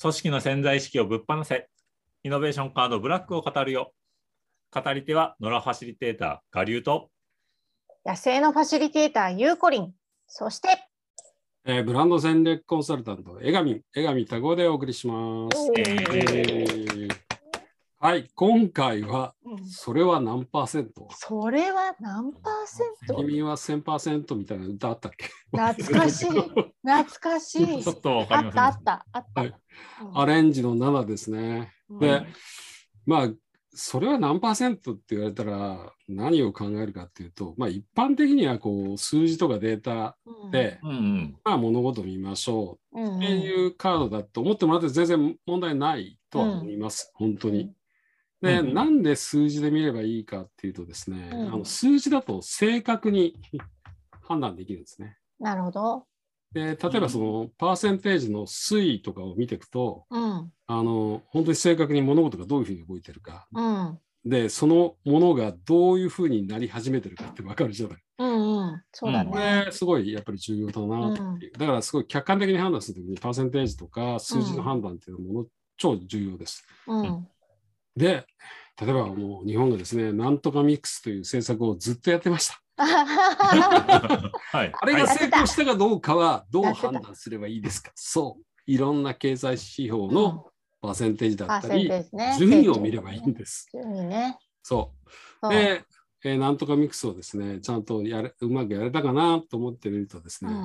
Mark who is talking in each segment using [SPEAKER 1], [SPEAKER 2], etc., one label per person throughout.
[SPEAKER 1] 組織の潜在意識をぶっ放せ。イノベーションカードブラックを語るよ。語り手は野良ファシリテーター、我流と。
[SPEAKER 2] 野生のファシリテーターゆうこりんそして
[SPEAKER 3] えーブランド戦略コンサルタント、江上、江上多合でお送りします。
[SPEAKER 1] えー
[SPEAKER 3] えーはい、今回は、
[SPEAKER 2] うん
[SPEAKER 3] それは何パーセント
[SPEAKER 2] それは何パーセント
[SPEAKER 3] 君は1000%みたいな歌あったっけ
[SPEAKER 2] 懐かしい懐かしい
[SPEAKER 1] ちょっとわか
[SPEAKER 2] あ
[SPEAKER 1] りま
[SPEAKER 2] っ
[SPEAKER 1] せん
[SPEAKER 2] た
[SPEAKER 1] でした
[SPEAKER 2] あっあった、
[SPEAKER 3] はいアレンジの7ですね。
[SPEAKER 2] うん
[SPEAKER 3] で、まあ、それは何パーセントって言われたら何を考えるかっていうと、まあ一般的にはこう数字とかデータ
[SPEAKER 2] うん
[SPEAKER 3] で、
[SPEAKER 1] うんうん。
[SPEAKER 3] まあ物事を見ましょ
[SPEAKER 2] うんう
[SPEAKER 3] うんっていうカードだと思ってもらって全然問題ないとは思います、本当に。で、
[SPEAKER 1] うん
[SPEAKER 3] なんで数字で見ればいいかっていうとですね、
[SPEAKER 2] うん
[SPEAKER 3] あの数字だと正確に 判断できるんですね。
[SPEAKER 2] なるほど、
[SPEAKER 3] で例えばそのパーセンテージの推移とかを見ていくと
[SPEAKER 2] うん
[SPEAKER 3] あの本当に正確に物事がどういうふうに動いてるか
[SPEAKER 2] うん
[SPEAKER 3] でそのものがどういうふうになり始めてるかって分かるじゃない。
[SPEAKER 2] うんうんそうだ
[SPEAKER 3] こ
[SPEAKER 2] ね、
[SPEAKER 3] れすごいやっぱり重要だなっていう、だからすごい客観的に判断するときにパーセンテージとか数字の判断っていうもの、超重要です。
[SPEAKER 2] うん
[SPEAKER 3] で例えばもう日本がですねなんとかミックスという政策をずっとやってました。
[SPEAKER 2] あははは
[SPEAKER 1] はい。
[SPEAKER 3] あれが
[SPEAKER 1] はい
[SPEAKER 3] 成功したかどうかはどう判断すればいいですかそういろんな経済指標のパーセンテージだ
[SPEAKER 2] パー
[SPEAKER 3] った
[SPEAKER 2] セン
[SPEAKER 3] り、
[SPEAKER 2] テージね
[SPEAKER 3] 順位を見ればいいんです。
[SPEAKER 2] 順位ね
[SPEAKER 3] そ
[SPEAKER 2] そうう
[SPEAKER 3] で、えーなんとかミックスをですねちゃんとやれうまくやれたかなと思ってみるとです
[SPEAKER 2] う
[SPEAKER 3] ね、
[SPEAKER 2] ん、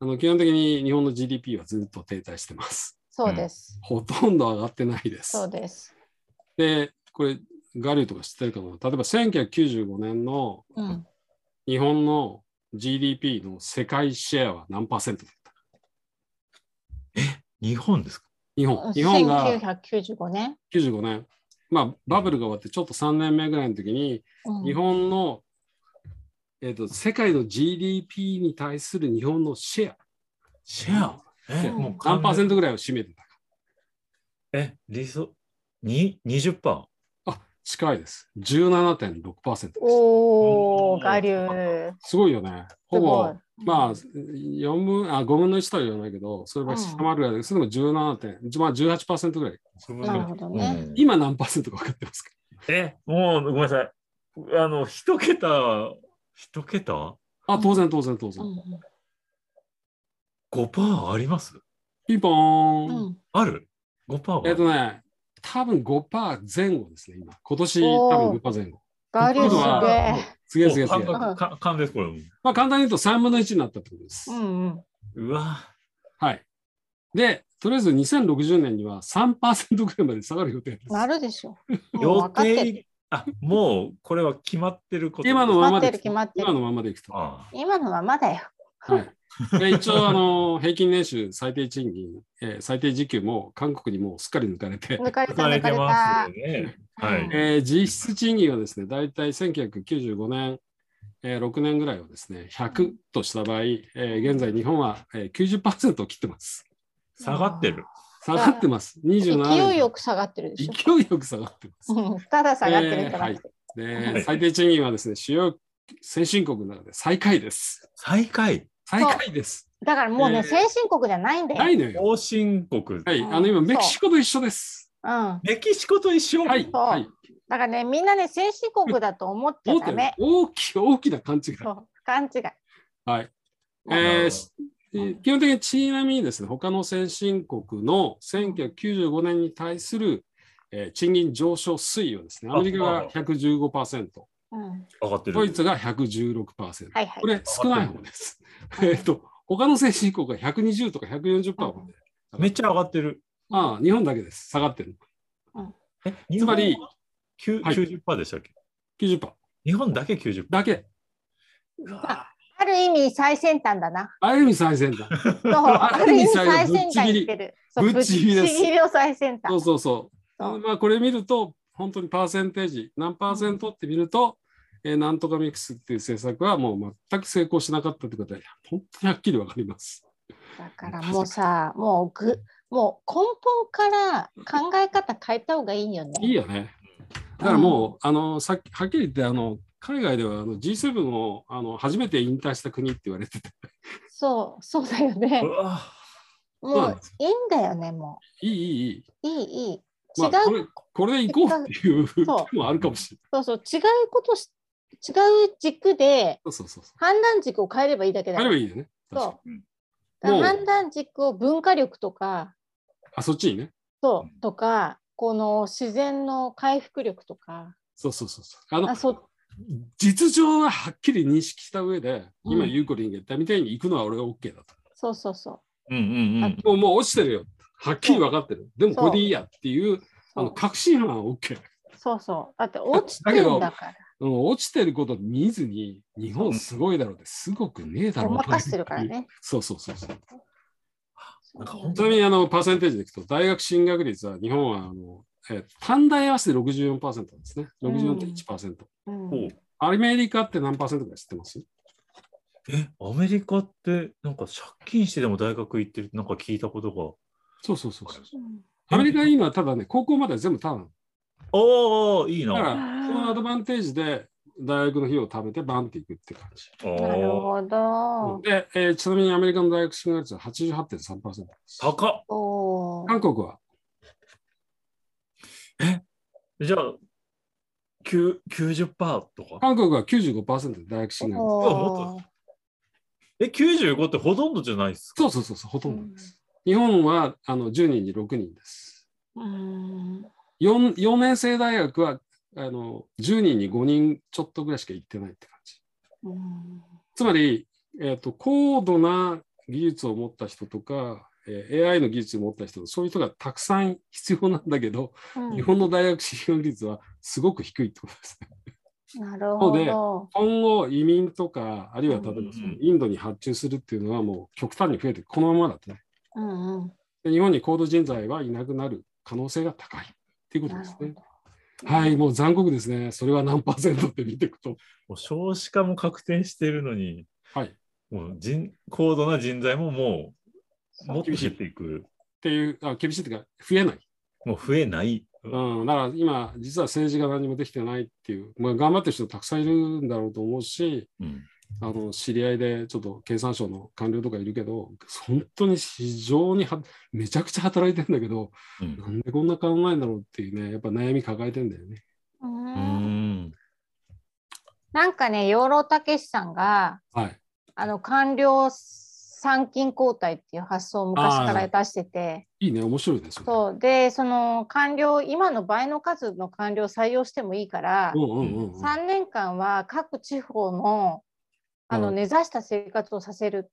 [SPEAKER 3] あの基本的に日本の GDP はずっと停滞してます。
[SPEAKER 2] そうです、
[SPEAKER 3] ほとんど上がってないです。
[SPEAKER 2] そうです
[SPEAKER 3] で、これ、ガリューとか知ってるかな例えば1995年の
[SPEAKER 2] うん
[SPEAKER 3] 日本の GDP の世界シェアは何パーセントだった
[SPEAKER 1] 日本ですか
[SPEAKER 3] 日本。日本が
[SPEAKER 2] 1995年、
[SPEAKER 3] 95年。まあ、バブルが終わってちょっと3年目ぐらいの時に、
[SPEAKER 2] うん
[SPEAKER 3] 日本の、えっ、と、世界の GDP に対する日本のシェア、
[SPEAKER 1] シェアえ、
[SPEAKER 2] うん
[SPEAKER 1] もう
[SPEAKER 3] 何パーセン
[SPEAKER 1] ト
[SPEAKER 3] トぐらいを占めてたか。
[SPEAKER 1] え、理想。に20%。
[SPEAKER 3] あ、近いです。17.6%です。
[SPEAKER 1] う
[SPEAKER 2] おお、
[SPEAKER 1] ん
[SPEAKER 2] 我流。
[SPEAKER 3] すごいよね。ほぼ、
[SPEAKER 2] すごい
[SPEAKER 3] まあ、4分、あ、5分の1とは言わないけど、それは下回るぐらいです。でも17点、まあ18%ぐらい。
[SPEAKER 2] なるほどね
[SPEAKER 1] うん
[SPEAKER 3] 今何パーセントか分かってますか
[SPEAKER 1] え、もうごめんなさい。あの、一桁、一桁
[SPEAKER 3] あ、当然、当然、当
[SPEAKER 2] う
[SPEAKER 3] 然。
[SPEAKER 2] ん
[SPEAKER 1] ?5% あります
[SPEAKER 3] ピンポ
[SPEAKER 2] う
[SPEAKER 3] ーン。
[SPEAKER 2] ん
[SPEAKER 1] ある ?5% は、
[SPEAKER 3] えっとね、多分5%前後ですね、今。今年多分5%前後。
[SPEAKER 2] 我
[SPEAKER 3] と
[SPEAKER 2] 流
[SPEAKER 3] いうことは
[SPEAKER 2] す
[SPEAKER 3] すげえすげえすげえ。
[SPEAKER 1] お感覚か勘です、これも。
[SPEAKER 3] まあ簡単に言うと3分の1になったってことです
[SPEAKER 2] げえ。う。んうん。
[SPEAKER 1] うわ
[SPEAKER 3] はい。で、とりあえず2060年には3%ぐらいまで下がる予定です。
[SPEAKER 2] なるでし ょ。もう
[SPEAKER 1] 予
[SPEAKER 2] 分かってる。
[SPEAKER 1] 定あもうこれは決まってること
[SPEAKER 3] 今の
[SPEAKER 2] 決
[SPEAKER 3] ま
[SPEAKER 2] ま
[SPEAKER 3] ま
[SPEAKER 2] って
[SPEAKER 3] で
[SPEAKER 2] る決まって
[SPEAKER 3] 今
[SPEAKER 2] る。
[SPEAKER 3] のままでいくと。
[SPEAKER 1] あ
[SPEAKER 2] 今のままだよ。
[SPEAKER 3] はい、で一応、あの平均年収、最低賃金、えー最低時給も韓国にもうすっかり抜かれて、
[SPEAKER 2] 抜かれ
[SPEAKER 1] 書
[SPEAKER 2] た
[SPEAKER 1] かれ
[SPEAKER 2] 抜か
[SPEAKER 1] て
[SPEAKER 2] れ
[SPEAKER 1] ま
[SPEAKER 2] た
[SPEAKER 1] す。よね。はい
[SPEAKER 2] うん
[SPEAKER 3] えー実質賃金はですね、大体1995年、えー6年ぐらいをですね、100とした場合、えー現在日本は、えー、90%を切ってます。
[SPEAKER 1] 下がってる。
[SPEAKER 3] 下がってます。27
[SPEAKER 2] 勢いよ
[SPEAKER 3] 年。
[SPEAKER 2] く下がってるでしょ。
[SPEAKER 3] 勢いよく下がってます。
[SPEAKER 2] うんただ下がってるんじゃなくて。
[SPEAKER 1] は
[SPEAKER 3] で
[SPEAKER 1] い
[SPEAKER 3] 最低賃金はですね、主要先進国なので最下位です。
[SPEAKER 1] 最下位。
[SPEAKER 3] 最下位です。
[SPEAKER 2] だからもう
[SPEAKER 3] えー
[SPEAKER 2] ね、先進国じゃないんだ
[SPEAKER 3] な
[SPEAKER 2] よ。
[SPEAKER 3] いのよ。
[SPEAKER 1] 後進国。
[SPEAKER 3] はい、あの今、メキシコと一緒です。
[SPEAKER 2] うん。
[SPEAKER 1] メキシコと一緒。
[SPEAKER 3] はい、はい。
[SPEAKER 2] だからね、みんなね、先進国だと思っち
[SPEAKER 3] 大
[SPEAKER 2] ゃ
[SPEAKER 3] き
[SPEAKER 2] ダ
[SPEAKER 3] な
[SPEAKER 2] メ。
[SPEAKER 3] 大き大きな勘違い。
[SPEAKER 2] そう、勘違い。
[SPEAKER 3] はい。え
[SPEAKER 1] なるほど
[SPEAKER 3] ーしえー基本的にちなみにですね、他の先進国の1995年に対する、えー賃金上昇推移をですね、アメリカが115%、
[SPEAKER 2] うん。
[SPEAKER 1] 上がってる。
[SPEAKER 3] ドイツが116%。
[SPEAKER 2] はいはい
[SPEAKER 3] こ。れ少ない方です。 えっと、他の先進国が120とか140%まで。
[SPEAKER 1] めっちゃ上がってる。
[SPEAKER 3] ああ、日本だけです。下がってる。
[SPEAKER 1] え
[SPEAKER 3] つまり
[SPEAKER 1] 日本はきゅう
[SPEAKER 3] はい
[SPEAKER 1] 90%でしたっけ
[SPEAKER 3] 90%
[SPEAKER 1] 日本だけ90%。
[SPEAKER 3] だけ。
[SPEAKER 1] うわ
[SPEAKER 2] ある意味最先端だ な。
[SPEAKER 3] ある意味最先端。
[SPEAKER 2] そう、
[SPEAKER 3] あ
[SPEAKER 2] あ
[SPEAKER 3] る
[SPEAKER 2] る
[SPEAKER 3] 意
[SPEAKER 2] 意
[SPEAKER 3] 味
[SPEAKER 2] 味
[SPEAKER 3] 最
[SPEAKER 2] 最
[SPEAKER 3] 先
[SPEAKER 2] 先
[SPEAKER 3] 端
[SPEAKER 2] 端
[SPEAKER 3] い
[SPEAKER 2] い
[SPEAKER 3] っ
[SPEAKER 2] っててる。
[SPEAKER 3] そうぶっちぎりです
[SPEAKER 2] ぶっちぎりを最先
[SPEAKER 3] そう
[SPEAKER 2] 端。
[SPEAKER 3] そうそう。
[SPEAKER 2] そう
[SPEAKER 3] まあ、これ見ると、本当にパーセンテージ、何パーセントって見ると、えーなんとかミックスっていう政策はもう全く成功しなかったってことは、本当にはっきりわかります。
[SPEAKER 2] だからもうさ、もうぐ、もう根本から考え方変えた方がいいよね。
[SPEAKER 3] いいよね。だからもう、あのさっきはっきり言って、あの海外ではあの G7 をあの初めて引退した国って言われてて、
[SPEAKER 2] そう、そうだよ
[SPEAKER 1] う
[SPEAKER 2] ね。
[SPEAKER 1] わ
[SPEAKER 2] もういいんだよね、も
[SPEAKER 3] いい、いい、いい。
[SPEAKER 2] う。いい、いい。違
[SPEAKER 3] ま
[SPEAKER 2] う
[SPEAKER 3] あ、これ、これで行こうっていう 手もあるかもしれ
[SPEAKER 2] そうそう、違うことし、違う軸で
[SPEAKER 3] ない。そうそうそうそ
[SPEAKER 2] 判断軸を変えればいいだけ
[SPEAKER 3] う。
[SPEAKER 2] だ
[SPEAKER 3] あ
[SPEAKER 2] か
[SPEAKER 3] れ
[SPEAKER 2] ら
[SPEAKER 3] ばいいよね。確かに
[SPEAKER 2] そう
[SPEAKER 1] うん。
[SPEAKER 2] だから
[SPEAKER 3] もう
[SPEAKER 2] 判断軸を文化力とか、
[SPEAKER 3] あ、そっちにね。
[SPEAKER 2] そう、とか、この自然の回復力とか、
[SPEAKER 3] そうそうそうそう。あの、
[SPEAKER 2] あ、そう、
[SPEAKER 3] 実情ははっきり認識した上で、今、
[SPEAKER 2] うん
[SPEAKER 3] ゆうこりんが言ったみたいに行くのは俺は OK だと。
[SPEAKER 2] そうそうそ
[SPEAKER 1] う
[SPEAKER 2] う。
[SPEAKER 1] んうんうん。
[SPEAKER 3] もうもう落ちてるよ。はっきり分かってる。でも
[SPEAKER 2] そう
[SPEAKER 3] これでいいやっていう、あの確信犯は OK。
[SPEAKER 2] そうそう。だって落ちてるんだか
[SPEAKER 3] うん落ちてること見ずに、日本すごいだろうって、すごくねえだ
[SPEAKER 2] ら。ご
[SPEAKER 3] ろうな
[SPEAKER 2] まかしてるから。ね。
[SPEAKER 3] そうそうそうそう。
[SPEAKER 1] なんか本
[SPEAKER 3] ちなみにあのパーセンテージでいくと、大学進学率は日本はあの、えー短大合わせで64%なんですね。64.1%。
[SPEAKER 2] うん
[SPEAKER 1] ほう
[SPEAKER 3] アメリカって何パーセントか知ってます
[SPEAKER 1] え、アメリカって、なんか借金してでも大学行ってるってなんか聞いたことが。
[SPEAKER 3] そうそうそうそう。
[SPEAKER 2] うん
[SPEAKER 3] アメリカは今、ただね、高校までは全部ただなの。
[SPEAKER 1] おおいい
[SPEAKER 3] だ
[SPEAKER 1] な。
[SPEAKER 3] から、
[SPEAKER 1] あ
[SPEAKER 3] そのアドバンテージで大学の費用を貯めてバンっていくって感じ。
[SPEAKER 2] なる
[SPEAKER 1] ー
[SPEAKER 2] ほど。
[SPEAKER 3] で、えーちなみにアメリカの大学進学率は88.3%です。
[SPEAKER 1] 高っ
[SPEAKER 2] おー
[SPEAKER 3] 韓国は
[SPEAKER 1] じゃあ、きゅう90%とか。
[SPEAKER 3] 韓国は95%で大学進学率。
[SPEAKER 2] おー
[SPEAKER 1] え、95ってほとんどじゃないですか。
[SPEAKER 3] そうそうそうそう、ほとんどです。日本はあの10人に6人です。
[SPEAKER 2] うん。
[SPEAKER 3] 4, 4年生大学はあの10人に5人ちょっとぐらいしか行ってないって感じ。
[SPEAKER 2] うん
[SPEAKER 3] つまり、えーと高度な技術を持った人とか、えー AI の技術を持った人、そういう人がたくさん必要なんだけど、
[SPEAKER 2] うん
[SPEAKER 3] 日本の大学進学率はすごく低いってことですね。
[SPEAKER 2] なるほど。
[SPEAKER 3] 今後移民とかあるいは例えばそのインドに発注するっていうのはもう極端に増えてこのままだとね
[SPEAKER 2] うんうん。
[SPEAKER 3] で日本に高度人材はいなくなる可能性が高いっていうこと
[SPEAKER 2] な
[SPEAKER 3] で
[SPEAKER 2] る
[SPEAKER 3] す
[SPEAKER 2] ほ
[SPEAKER 3] ね
[SPEAKER 2] ど。
[SPEAKER 3] はいもう残酷ですねそれは何パーセントって見ていくと
[SPEAKER 1] もう少子化も確定してるのに、
[SPEAKER 3] はいっ
[SPEAKER 1] もう人高度な人材ももう、もっと減っていく。
[SPEAKER 3] ていうあ厳しいというか増えない、
[SPEAKER 1] もう増えない。
[SPEAKER 3] うん、だから今実は政治が何もできてないっていう、まあ、頑張ってる人たくさんいるんだろうと思うし
[SPEAKER 1] うん
[SPEAKER 3] あの知り合いでちょっと経産省の官僚とかいるけど本当に非常にはめちゃくちゃ働いてんだけど
[SPEAKER 1] うん
[SPEAKER 3] なんでこんな考えんだろうっていうね、やっぱ悩み抱えてんだよね。
[SPEAKER 2] う
[SPEAKER 1] うんん
[SPEAKER 2] なんかね、養老たけしさんが、
[SPEAKER 3] はい。
[SPEAKER 2] あの官僚参勤交代っていう発想を昔から出してて、
[SPEAKER 3] いいね、面白いですよ、ね。
[SPEAKER 2] そうで、その官僚、今の倍の数の官僚採用してもいいから、
[SPEAKER 3] うんうんうんうん。
[SPEAKER 2] 3年間は各地方のあ
[SPEAKER 3] う
[SPEAKER 2] の
[SPEAKER 3] ん
[SPEAKER 2] 根ざした生活をさせる。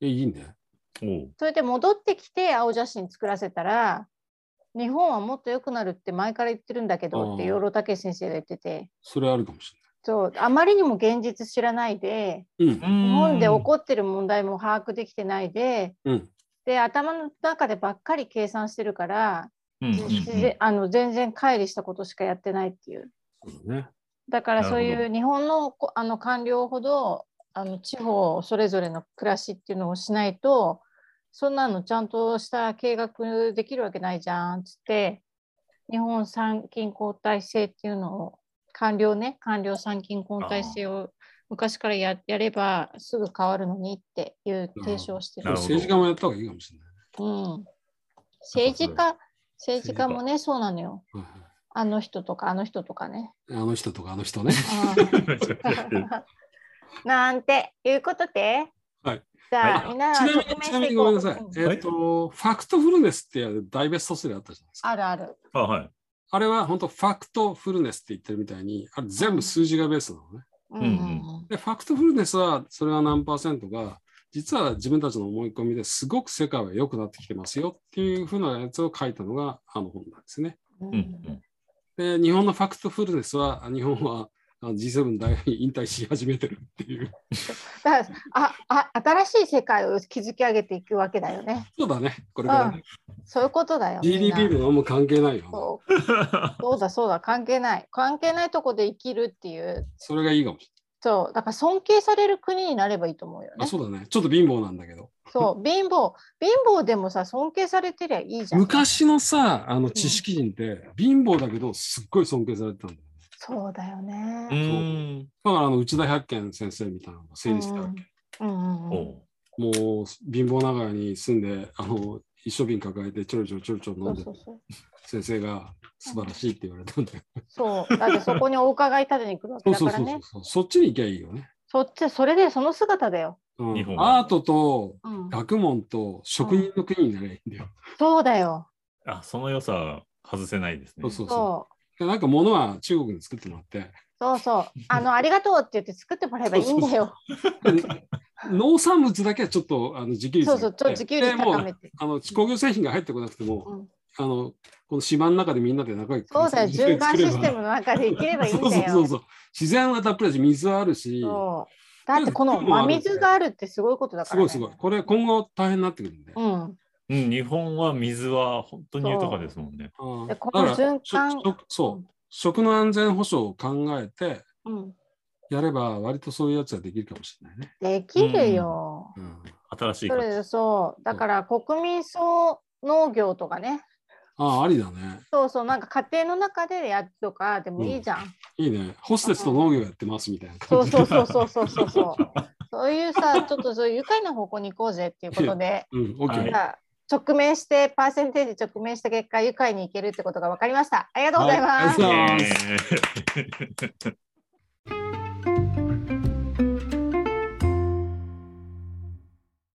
[SPEAKER 3] え、いいね。
[SPEAKER 1] おう
[SPEAKER 2] それで戻ってきて青写真作らせたら、日本はもっと良くなるって前から言ってるんだけどって
[SPEAKER 3] うん
[SPEAKER 2] 養老たけし先生が言ってて、
[SPEAKER 3] それあるかもし
[SPEAKER 2] そうあまりにも現実知らないで、
[SPEAKER 3] れない。
[SPEAKER 2] 日本で起こってる問題も把握できてないで、
[SPEAKER 3] うん。うん。
[SPEAKER 2] で頭の中でばっかり計算してるから、
[SPEAKER 1] うんうんうん
[SPEAKER 2] ぜあの全然乖離したことしかやってないっていう
[SPEAKER 3] そうだね。
[SPEAKER 2] だからそう
[SPEAKER 1] なる
[SPEAKER 2] い
[SPEAKER 1] ほ
[SPEAKER 2] う日本のこあの官僚ほどあの地方それぞれの暮らしっていうのをしないとそんなのちゃんとした計画できるわけないじゃんっつって日本参勤交代制っていうのを官僚ね官僚参勤交代制を昔からややればすぐ変わるのにっていう提唱をして
[SPEAKER 1] な
[SPEAKER 2] る
[SPEAKER 1] るほど。
[SPEAKER 3] 政治家もやった方がいいかもしれない。
[SPEAKER 2] うん、政治家政治家もねそうなのよ
[SPEAKER 3] はいはい
[SPEAKER 2] あの人とかあの人とかね。
[SPEAKER 3] あの人とかあの人ね。
[SPEAKER 2] あー
[SPEAKER 1] めちゃくちゃ減ってる
[SPEAKER 2] なんていうことで、
[SPEAKER 3] はい、
[SPEAKER 2] じ
[SPEAKER 1] は
[SPEAKER 2] ゃあ、
[SPEAKER 1] い
[SPEAKER 2] みんな
[SPEAKER 3] ちなみに、
[SPEAKER 2] 説明
[SPEAKER 3] ち
[SPEAKER 2] し
[SPEAKER 3] なみ
[SPEAKER 2] て
[SPEAKER 3] に
[SPEAKER 2] こ
[SPEAKER 3] ご
[SPEAKER 2] う
[SPEAKER 3] めんなさい。
[SPEAKER 2] うん
[SPEAKER 3] えっ、と、ファクトフルネスっていう大ベストセラーあったじゃないですか。
[SPEAKER 2] あるある。
[SPEAKER 1] あはい。
[SPEAKER 3] あれは本当ファクトフルネスって言ってるみたいに、あれ全部数字がベースなのね。
[SPEAKER 2] うん
[SPEAKER 1] うん
[SPEAKER 3] で、ファクトフルネスは、それは何パーセントが、実は自分たちの思い込みですごく世界は良くなってきてますよっていうふうなやつを書いたのがあの本なんですね。
[SPEAKER 2] うん
[SPEAKER 1] うんうん
[SPEAKER 3] で、日本のファクトフルネスは、あ日本はあの G7 大学に引退し始めてるっていう。
[SPEAKER 2] だからああ新しい世界を築き上げていくわけだよね。
[SPEAKER 3] そうだね、これから、ね。
[SPEAKER 2] そういうことだよ。みんな
[SPEAKER 3] GDP も何も関係ないよ。
[SPEAKER 2] そうそうだそうだ関係ない関係ないとこで生きるっていう
[SPEAKER 3] それがいいかもし
[SPEAKER 2] そうだから尊敬される国になればいいと思うよ
[SPEAKER 3] れない。
[SPEAKER 2] ね
[SPEAKER 3] あ、。そうだね。ちょっと貧乏なんだけど。
[SPEAKER 2] そう貧乏貧乏でもさ尊敬されてりゃいいじゃん。
[SPEAKER 3] 昔のさ、あの知識人って、貧乏だけど、すっごい尊敬されてたんだよ。
[SPEAKER 2] そうだよ
[SPEAKER 1] う
[SPEAKER 2] ね。
[SPEAKER 1] ん。
[SPEAKER 3] だから、あの内田百軒先生みたいなのが成立したわけ。
[SPEAKER 2] うんうんうん
[SPEAKER 1] おう
[SPEAKER 3] もう貧乏ながらに住んで、あの一生瓶抱えてちょろちょろちょろちょろ
[SPEAKER 2] そ
[SPEAKER 3] 飲ん
[SPEAKER 2] う
[SPEAKER 3] で
[SPEAKER 2] そう、そう。
[SPEAKER 3] 先生が素晴らしいって言われたんだよ。
[SPEAKER 2] そう。だってそこにお伺い立てに来るわけ
[SPEAKER 3] そう
[SPEAKER 2] だ
[SPEAKER 3] そう
[SPEAKER 2] からね。
[SPEAKER 3] そうそう。そっちに行きゃいいよね。
[SPEAKER 2] そっち、それでその姿だよ。
[SPEAKER 3] うん
[SPEAKER 1] 日本は
[SPEAKER 3] アートと
[SPEAKER 2] うん、
[SPEAKER 3] 学問と職人の国になればいいんだよ。
[SPEAKER 2] そうだよ。
[SPEAKER 1] あ、その良さは外せないですね。
[SPEAKER 3] そうそうそう。
[SPEAKER 2] そう。
[SPEAKER 3] なんか物は中国に作っても らって、
[SPEAKER 2] そうそう。あの、ありがとうって言って作ってもらえばいいんだよ。
[SPEAKER 3] 農産物だけはちょっとあの自給率
[SPEAKER 2] そうそう、ちょっと自給率高
[SPEAKER 3] でもう
[SPEAKER 2] めて。
[SPEAKER 3] あの工業製品が入ってこなくても、
[SPEAKER 2] うん
[SPEAKER 3] あのこの島の中でみんなで仲良く
[SPEAKER 2] そうだよ、循環システ
[SPEAKER 3] ム
[SPEAKER 2] ムの中で生きればいいんだよ。
[SPEAKER 3] そうそうそうそう自然はたっぷりだし水はあるし
[SPEAKER 2] そうだってこの真水があるってすごいことだか
[SPEAKER 3] す
[SPEAKER 2] ら、
[SPEAKER 3] ご
[SPEAKER 2] ね。
[SPEAKER 3] いすごいこれ今後大変になってくるんで、あ
[SPEAKER 2] うん。
[SPEAKER 1] うん、日本は水は本当に豊かですもんね。
[SPEAKER 3] ー
[SPEAKER 2] でこの
[SPEAKER 3] だから
[SPEAKER 2] 循環
[SPEAKER 3] 食食そううん食の安全保障を考えて
[SPEAKER 2] うん、
[SPEAKER 3] やれば割とそういうやつはできるかもしれないね、
[SPEAKER 2] できるよ。
[SPEAKER 3] うん、
[SPEAKER 1] 新しい
[SPEAKER 2] そ
[SPEAKER 1] 価
[SPEAKER 2] れ
[SPEAKER 1] 値
[SPEAKER 2] でそう。だから国民総農業とかね。
[SPEAKER 3] ああありだね
[SPEAKER 2] そうそう、なんか家庭の中でやるとかでもいいじゃん。
[SPEAKER 3] いいねホステスと農業やってますみたいな
[SPEAKER 2] そ
[SPEAKER 3] 感
[SPEAKER 2] う
[SPEAKER 3] じ
[SPEAKER 2] そうそうそうそうそうそう。 そういうさ、ちょっとそういう愉快な方向に行こうぜっていうことで。
[SPEAKER 3] うん、オッケ
[SPEAKER 1] は
[SPEAKER 3] ー
[SPEAKER 1] い
[SPEAKER 2] さあ直面してパーセンテージ直面した結果愉快にいけるってことが分かりましたありがとうございます、
[SPEAKER 3] はいありがとうご
[SPEAKER 1] イ
[SPEAKER 3] ざいます
[SPEAKER 1] エーイ